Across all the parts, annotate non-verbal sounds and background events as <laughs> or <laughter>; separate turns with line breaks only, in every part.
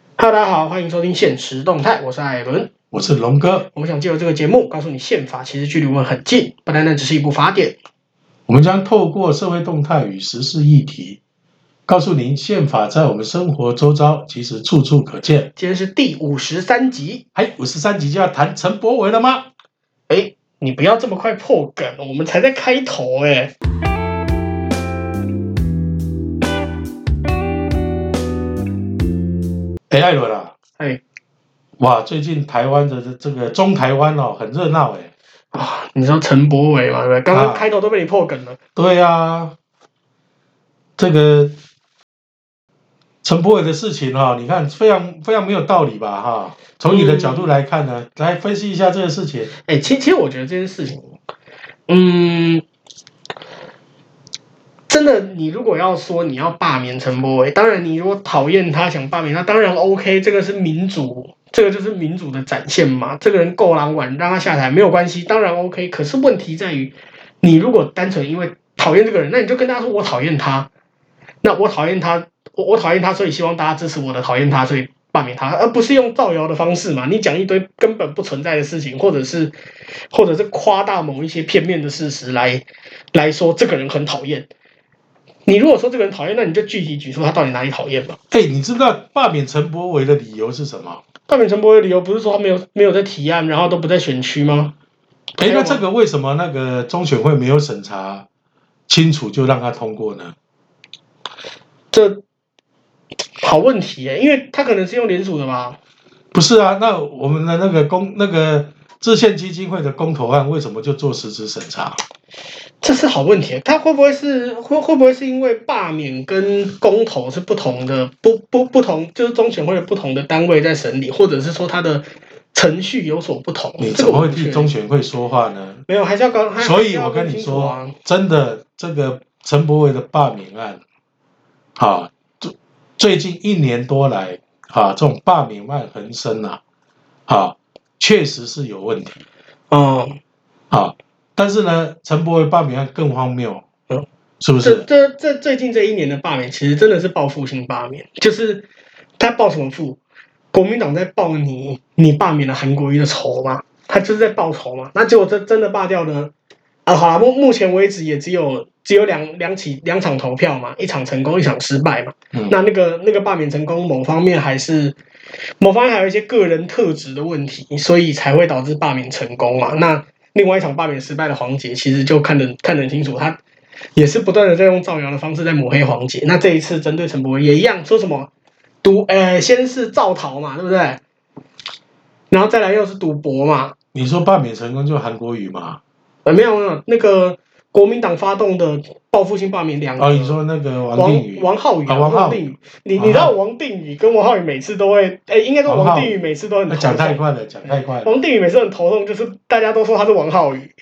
Hello，大家好，欢迎收听《现实动态》，我是艾伦。
我是龙哥，
我们想借由这个节目，告诉你宪法其实距离我们很近，不单单只是一部法典。
我们将透过社会动态与时事议题，告诉您宪法在我们生活周遭其实处处可见。
今天是第五十三集。
哎，五十三集就要谈陈柏惟了吗？
哎，你不要这么快破梗，我们才在开头哎。
哎，艾伦啊，
哎
哇，最近台湾的这这个中台湾哦，很热闹哎。
啊，你知道陈柏伟嘛？对不对？刚刚
啊
开头都被你破梗了。
对啊，这个陈柏惟的事情哦，你看非常非常没有道理吧哈？从你的角度来看呢，来分析一下这个事情。
哎，其其实我觉得这件事情，嗯，真的，你如果要说你要罢免陈柏伟，当然你如果讨厌他想罢免他，当然 OK，这个是民主，这个就是民主的展现嘛。这个人够狼玩，让他下台没有关系，当然 OK。可是问题在于，你如果单纯因为讨厌这个人，那你就跟他说我讨厌他，那我讨厌他，我我讨厌他，所以希望大家支持我的讨厌他，所以罢免他，而不是用造谣的方式嘛。你讲一堆根本不存在的事情，或者是或者是夸大某一些片面的事实来来说这个人很讨厌。你如果说这个人讨厌，那你就具体举出他到底哪里讨厌嘛。
哎，你知不知道罢免陈柏惟的理由是什么？
罢免陈柏惟的理由不是说他没有没有在提案，然后都不在选区吗？没
哎，
有
那
啊
这个为什么那个中选会没有审查清楚就让他通过呢？
这好问题耶，因为他可能是用联署的吧？
不是啊，那我们的那个公那个制宪基金会的公投案为什么就做实质审查？
哦这是好问题，他会不会是会会不会是因为罢免跟公投是不同的，不不不同，就是中选会有不同的单位在审理，或者是说他的程序有所不同？
你
这
怎
个
么
我
会
不确
替
定
中选会说话呢？
没有，还是要搞。还
所
还是
以
要
我跟你
清楚啊
说，真的，这个陈柏惟的罢免案，啊，最最近一年多来，啊，这种罢免案横生啊，啊，确实是有问题。
哦，
啊，但是呢，陈柏惟罢免案更荒谬
嗯，
是不
这
是？
这这最近这一年的罢免，其实真的是报复性罢免，就是他报什么复？国民党在报你，你罢免了韩国瑜的仇嘛，他就是在报仇嘛。那结果真真的罢掉呢？啊，好啦，目目前为止也只有只有两两起两场投票嘛，一场成功，一场失败嘛。
嗯
那那个那个罢免成功，某方面还是某方面还有一些个人特质的问题，所以才会导致罢免成功嘛。那另外一场罢免失败的黄杰，其实就看得看得很清楚，他也是不断的在用造谣的方式在抹黑黄杰。那这一次针对陈柏惟也一样，说什么赌，呃，先是造逃嘛，对不对？然后再来又是赌博嘛，
你说罢免成功就韩国瑜嘛？
呃，没有没有，那个国民党发动的报复性罢免两个，
哦，你说那个王定
王
宇，
嗯王浩宇啊、
啊王浩
定宇，你
王浩
你知道王定宇跟王浩宇每次都会，哎，应该说王
王浩
定宇每次都很
那
头
讲太
痛。
快了，讲太快了。
王定宇每次很头痛，就是大家都说他是王浩宇，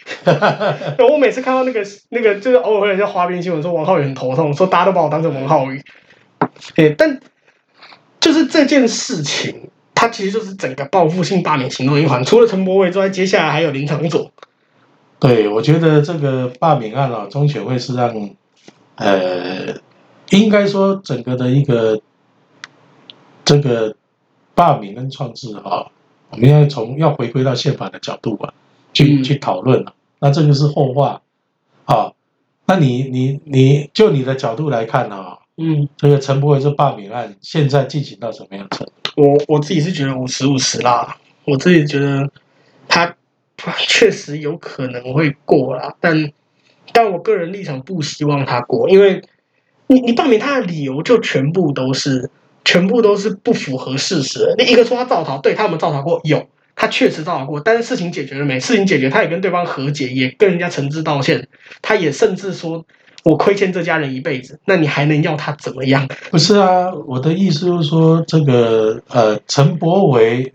对 <laughs> 我每次看到那个那个，就是偶尔会有一些花边新闻说王浩宇很头痛，说大家都把我当成王浩宇，哎，但就是这件事情，它其实就是整个报复性罢免行动的一环。除了陈柏伟之外，接下来还有林长佐，
对，我觉得这个罢免案啊，中选会是让，呃，应该说整个的一个这个罢免跟创制啊，我们要从要回归到宪法的角度啊，去
嗯
去讨论了、那这个是后话啊。那你你你就你的角度来看啊，
嗯，
这个陈柏惟这罢免案现在进行到什么样程度？
我我自己是觉得五十五十啦，我自己觉得他他确实有可能会过啦，但但我个人立场不希望他过，因为你你罢免他的理由就全部都是全部都是不符合事实的。你一个说他造逃，对他有没有造逃过？有，他确实造逃过，但是事情解决了没？事情解决，他也跟对方和解，也跟人家诚挚道歉，他也甚至说我亏欠这家人一辈子，那你还能要他怎么样？
不是啊，我的意思就是说，这个呃，陈柏惟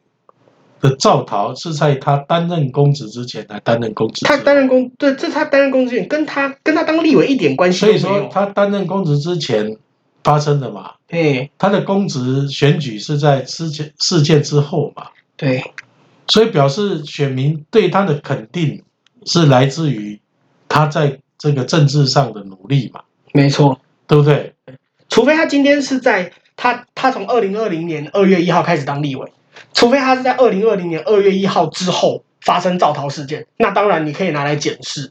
的造逃是在他担任公职之前来担任公职之后，
他担任公对，这是他担任公职员，跟他跟他当立委一点关系
所
都
以
没
说
有。
他担任公职之前发生的嘛，
哎，
他的公职选举是在事件事件之后嘛，
对，
所以表示选民对他的肯定是来自于他在这个政治上的努力嘛，
没错。
对不对？
除非他今天是在他他从二零二零年二月一号开始当立委，除非他是在二零二零年二月一号之后发生造逃事件，那当然你可以拿来检视。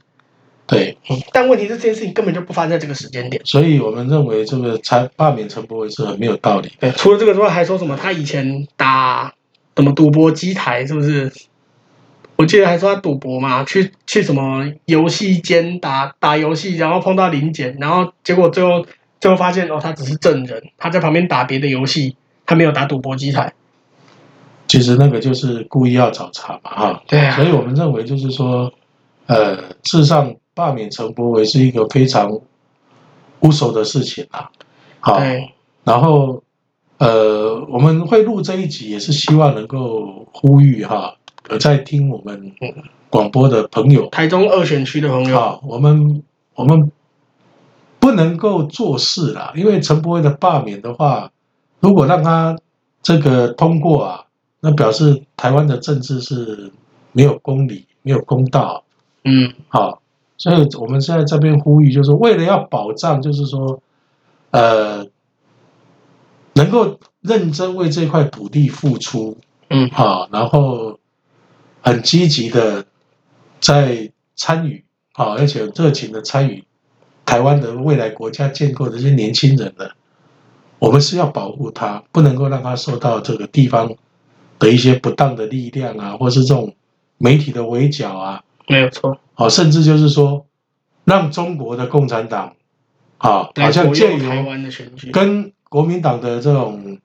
对，
但问题是这件事情根本就不发生在这个时间点。
所以我们认为这个才罢免陈柏惟是很没有道理的。
对，除了这个之外，还说什么他以前打什么赌博机台，是不是？我记得还说他赌博嘛，去去什么游戏间打打游戏，然后碰到林检，然后结果最后最后发现哦，他只是证人，他在旁边打别的游戏，他没有打赌博机台。
其实那个就是故意要找茬嘛，哈。
对啊
所以我们认为就是说，呃，事实上罢免陈柏惟是一个非常污手的事情啊。好，
对，
然后呃，我们会录这一集也是希望能够呼吁哈，有在听我们广播的朋友，
台中二选区的朋友，
好，我们我们不能够做事啦，因为陈柏惟的罢免的话，如果让他这个通过啊，那表示台湾的政治是没有公理、没有公道。
嗯，
好，所以我们现在这边呼吁，就是为了要保障，就是说，呃，能够认真为这块土地付出，
嗯
好，然后很积极的在参与，好，而且热情的参与台湾的未来国家建构的这些年轻人的，我们是要保护他，不能够让他受到这个地方的一些不当的力量啊，或是这种媒体的围剿啊，
没有错，
好，甚至就是说，让中国的共产党，啊，好
来
像
左
借
右台
由
湾的选举，
跟国民党的这种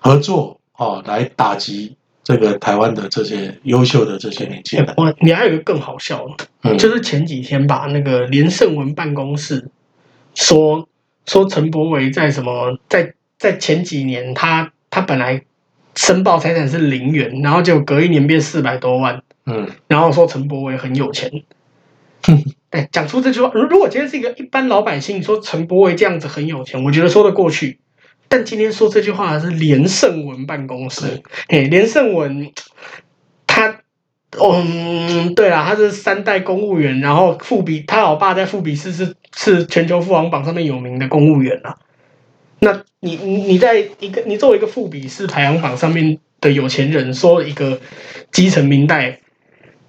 合作，哦，来打击这个台湾的这些优秀的这些年轻人。
哇，你还有一个更好笑的，
嗯，
就是前几天吧，那个连胜文办公室说说陈柏惟在什么在在前几年他他本来申报财产是零元，然后就隔一年变四百多万，
嗯，
然后说陈柏惟很有钱。对，讲出这句话，如如果今天是一个一般老百姓说陈柏惟这样子很有钱，我觉得说得过去。但今天说这句话的是连胜文办公室，哎，连胜文他，嗯，对啦，他是三代公务员，然后富比他老爸在富比士是是全球富豪榜上面有名的公务员啦。那你你你在一个你作为一个富比士排行榜上面的有钱人，说一个基层民代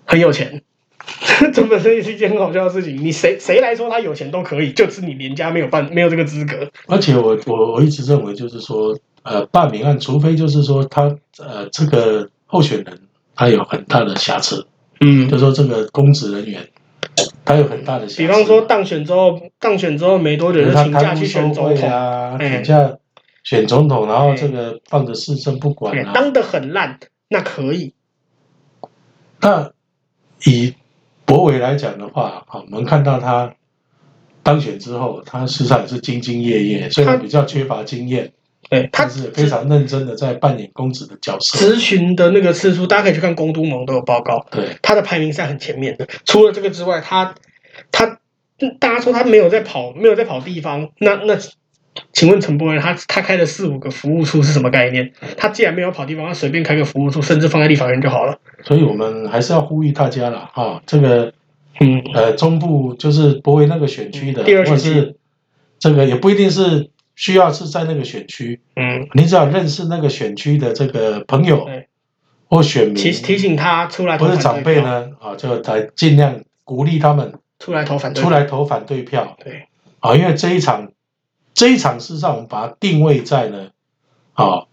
很有钱， <laughs> 这本身也是一件很好笑的事情。你谁谁来说他有钱都可以，就是你连家没有办没有这个资格。
而且我我我一直认为就是说，呃，罢免案，除非就是说他呃这个候选人他有很大的瑕疵，
嗯
就，说这个公职人员他有很大的瑕疵，
比方说当选之后，当选之后没多久就
他
请假
贪污
去选
受
总
贿
统，
啊，
嗯
请假选总统，然后这个放着市政不管
对，
啊。
当的很烂，那可以。
那以博伟来讲的话，啊，我们看到他当选之后，他事实上也是兢兢业业，虽然比较缺乏经验，
对嗯他
但是非常认真的在扮演公子的角色。
咨询的那个次数，大家可以去看公都盟都有报告，
对，
他的排名是在很前面的。除了这个之外，他他嗯大家说他没有在跑，没有在跑地方，那那。请问陈柏仁，他他开的四五个服务处是什么概念？他既然没有跑地方，他随便开个服务处，甚至放在立法院就好了。
所以我们还是要呼吁大家了哈、这个
嗯，
呃，中部就是博伟那个选区的，
第二选
或者
区
是这个也不一定是需要是在那个选区，
嗯，
你只要认识那个选区的这个朋友
对
或选民
提提醒他出来投
或者
反
嗯长
对
辈
票，
呢，啊，就来尽量鼓励他们
出来投反对
出
票。
来投反对票
对，
啊，因为这一场这一场事实上我们把它定位在呢，啊，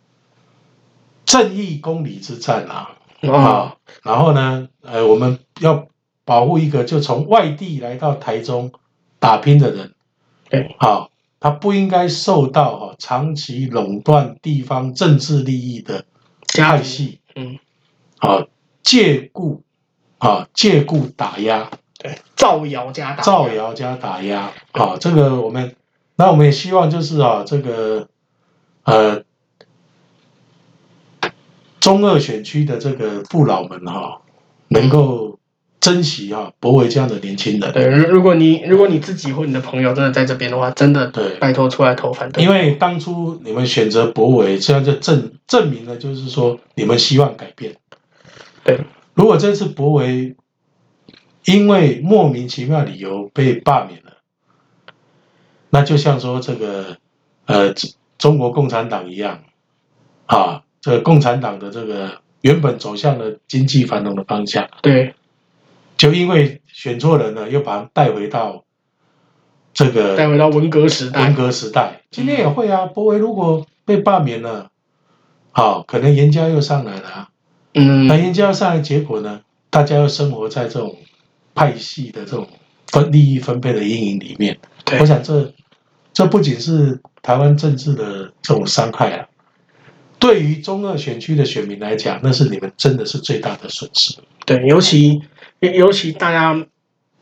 正义公理之战啊，
哦，
啊，然后呢，呃，我们要保护一个就从外地来到台中打拼的人，
对，
好、他不应该受到哈、长期垄断地方政治利益的
加
派
油
系，
嗯，
啊，借故啊借故打压、
对，造谣加大，
造，谣加打压，啊，这个我们，那我们也希望就是啊，这个呃，中二选区的这个父老们哈、能够珍惜哈、博伟这样的年轻人，
对，如如果你如果你自己或你的朋友真的在这边的话，真的
对
拜托出来投反对
因
票。
为当初你们选择博伟，这样就证证明了，就是说你们希望改变。
对，
如果这次博维因为莫名其妙理由被罢免了，那就像说这个呃中国共产党一样，啊，这个共产党的这个原本走向了经济繁荣的方向，
对，
就因为选错人了，又把他们带回到这个
带回到文革时代
文，革时代，今天也会啊。博维如果被罢免了，好、可能严家又上来了啊。那
嗯，
严家上来，结果呢，大家又生活在这种派系的这种分利益分配的阴影里面。
对
我，想这这不仅是台湾政治的这种伤害啊，对于中二选区的选民来讲，那是你们真的是最大的损失。
对，尤其尤尤其大家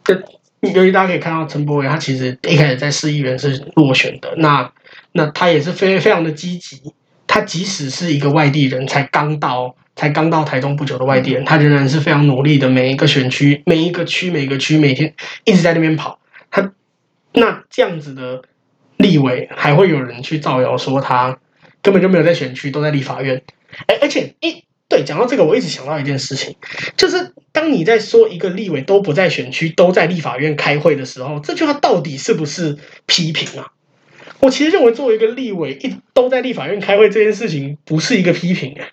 的，尤其大家可以看到陈柏伟，他其实一开始在市议员是落选的，那那他也是非非常的积极，他即使是一个外地人，才刚到才刚到台中不久的外地人，他仍然是非常努力的，每一个选区、每一个区、每个区，每天一直在那边跑。他那这样子的立委，还会有人去造谣说他根本就没有在选区，都在立法院。哎，而且一对讲到这个，我一直想到一件事情。就是当你在说一个立委都不在选区，都在立法院开会的时候，这句话到底是不是批评啊？我其实认为，作为一个立委，一都在立法院开会这件事情，不是一个批评、欸，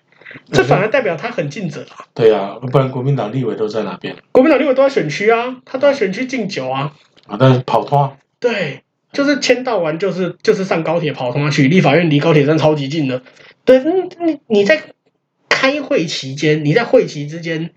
这反而代表他很尽责啊。
对啊，不然国民党立委都在哪边
国民党立委都在选区啊，他都在选区敬酒啊，
啊？但是跑脱
对，就是签到完就是就是上高铁跑他妈去，立法院离高铁站超级近的。对，你你你在开会期间，你在会期之间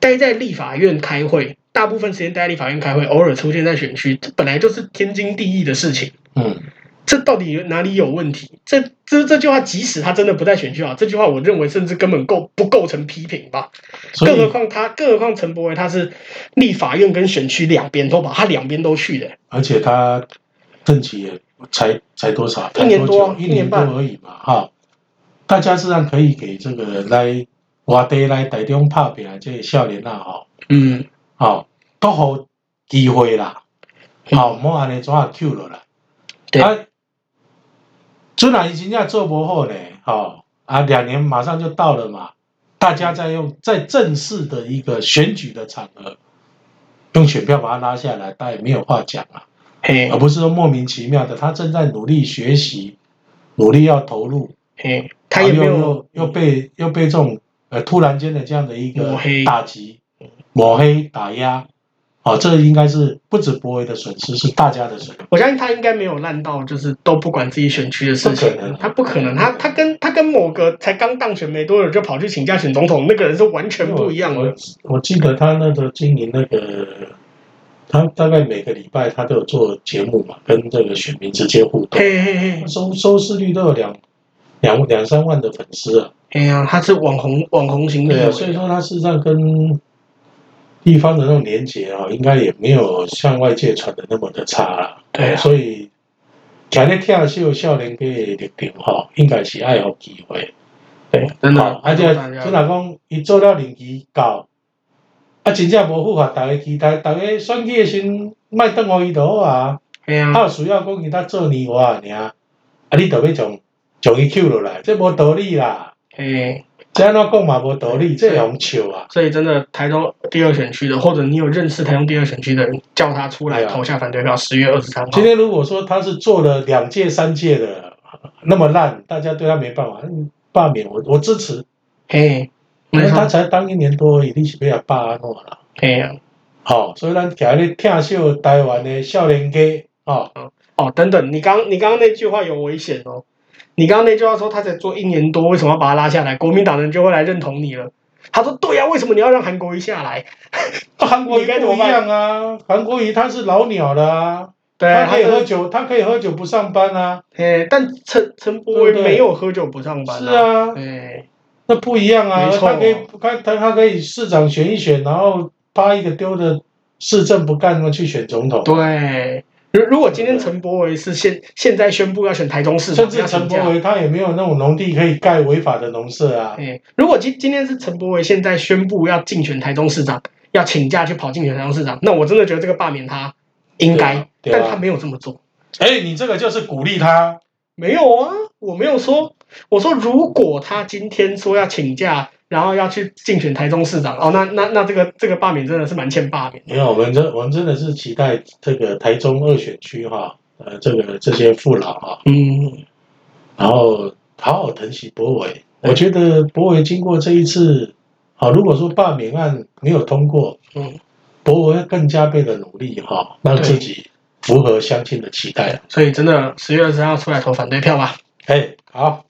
待在立法院开会，大部分时间待在立法院开会，偶尔出现在选区，这本来就是天经地义的事情。
嗯，
这到底有哪里有问题？这这这句话，即使他真的不在选区啊，这句话我认为甚至根本构不构成批评吧。
所
更何
以
况他，更何况陈柏惟他是立法院跟选区两边都跑，他两边都去的、
而且他任期也才才多少？才
一年
多
多
久一
一年
多
半
而已嘛，哈。大家自然可以给这个来外地来台中拍拼的这些少年啊，吼，
嗯，
哦，都好机会啦，好、哦，莫安尼怎啊救落来？
对
啊，阵啊，伊真正做不好呢，哦，啊，两年马上就到了嘛，大家再用在正式的一个选举的场合，用选票把他拉下来，他也没有话讲啊，
嘿
而不是说莫名其妙的，他正在努力学习，努力要投入，
嘿，他也没
然
有
后
嗯
又又又被又被这种呃突然间的这样的一个
抹黑
打击、抹黑、打压，哦，这应该是不止博威的损失，是大家的损失。
我相信他应该没有烂到就是都不管自己选区的事
不可能
情，他不可能，他他跟他跟某个才刚当选没多久就跑去请假选总统那个人是完全不一样
我
的。
我记得他那个经营那个，他大概每个礼拜他都有做节目嘛，跟这个选民直接互动，
嘿嘿嘿，
收收视率都有两两两三万的粉丝啊。
哎呀，他是网红网红型
对
的，
啊，所以说它事实上跟地方的那种连接啊，应该也没有像外界传的那么的差啦。哎
对啊
所以今日听是有少年家的立场吼，应该是爱有机会。
对，真的
好，啊而且就
的，啊
若讲伊做到任期到，啊，真正无符合大家期待，大家选举的时阵，莫等互伊就好啊。
哎呀，
他有需要讲伊搭做年外尔，啊，你就要将将伊扣落来，这无道理啦。
哎，
这安怎讲嘛无道理，这会用笑啊。
所以真的台中第二选区的，或者你有认识台中第二选区的人，叫他出来
对啊
投下反对票，十月二十三号
今。天如果说他是做了两届、三届的，那么烂，大家对他没办法，嗯罢免我我支持，
嘿，
因为
没
他
错，
才当一年多而已，你是不要罢安诺啦。
哎呀。
好、所以咱今日听秀台湾的少年家，哦，
哦，等等，你刚你刚刚那句话有危险哦。你刚刚那句话说他才做一年多，为什么要把他拉下来？国民党人就会来认同你了。他说：“对呀、啊为什么你要让韩国瑜下来？
韩国瑜
你该怎
不
么办
一样啊，韩国瑜他是老鸟啦、
对
他
啊，
可以喝
喝，
酒，他可以喝酒不上班啊，
哎，但陈陈柏威
对不对
没有喝酒不上班、
是，啊，
哎，
那不一样啊，
没错
他可以他他他可以市长选一选，然后啪一个丢的市政不干，那去选总统。
对。如如果今天
对
陈柏维是现现在宣布要选台中市
甚
长，
至
要
陈
请
柏
假，
惟他也没有那种农地可以盖违法的农舍啊。
哎，如果今今天是陈柏维现在宣布要竞选台中市长，要请假去跑竞选台中市长，那我真的觉得这个罢免他应该，
对啊对啊
但他没有这么做。
哎，你这个就是鼓励他，
没有啊，我没有说，我说如果他今天说要请假，然后要去竞选台中市长，哦，那那那这个这个罢免真的是蛮欠罢免。
没有，我们真我们真的是期待这个台中二选区哈、呃，这个这些父老啊，
嗯，
然后好好疼惜博伟。我觉得博伟经过这一次，好，如果说罢免案没有通过，
嗯，
博伟更加倍的努力哈，让自己符合乡亲的期待。
所以真的十月二十三号出来投反对票吧。
哎，好，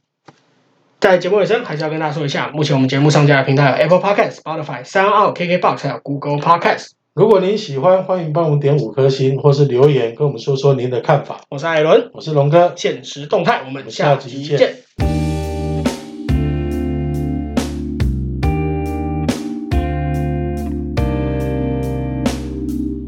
在节目尾声，还是要跟大家说一下，目前我们节目上架的平台有 Apple Podcast、Spotify、三二 KKBox 还有 Google Podcast。
如果您喜欢，欢迎帮我们点五颗星，或是留言跟我们说说您的看法。
我是艾伦，
我是龙哥，
现实动态，我们
下
下
集
集
见
见。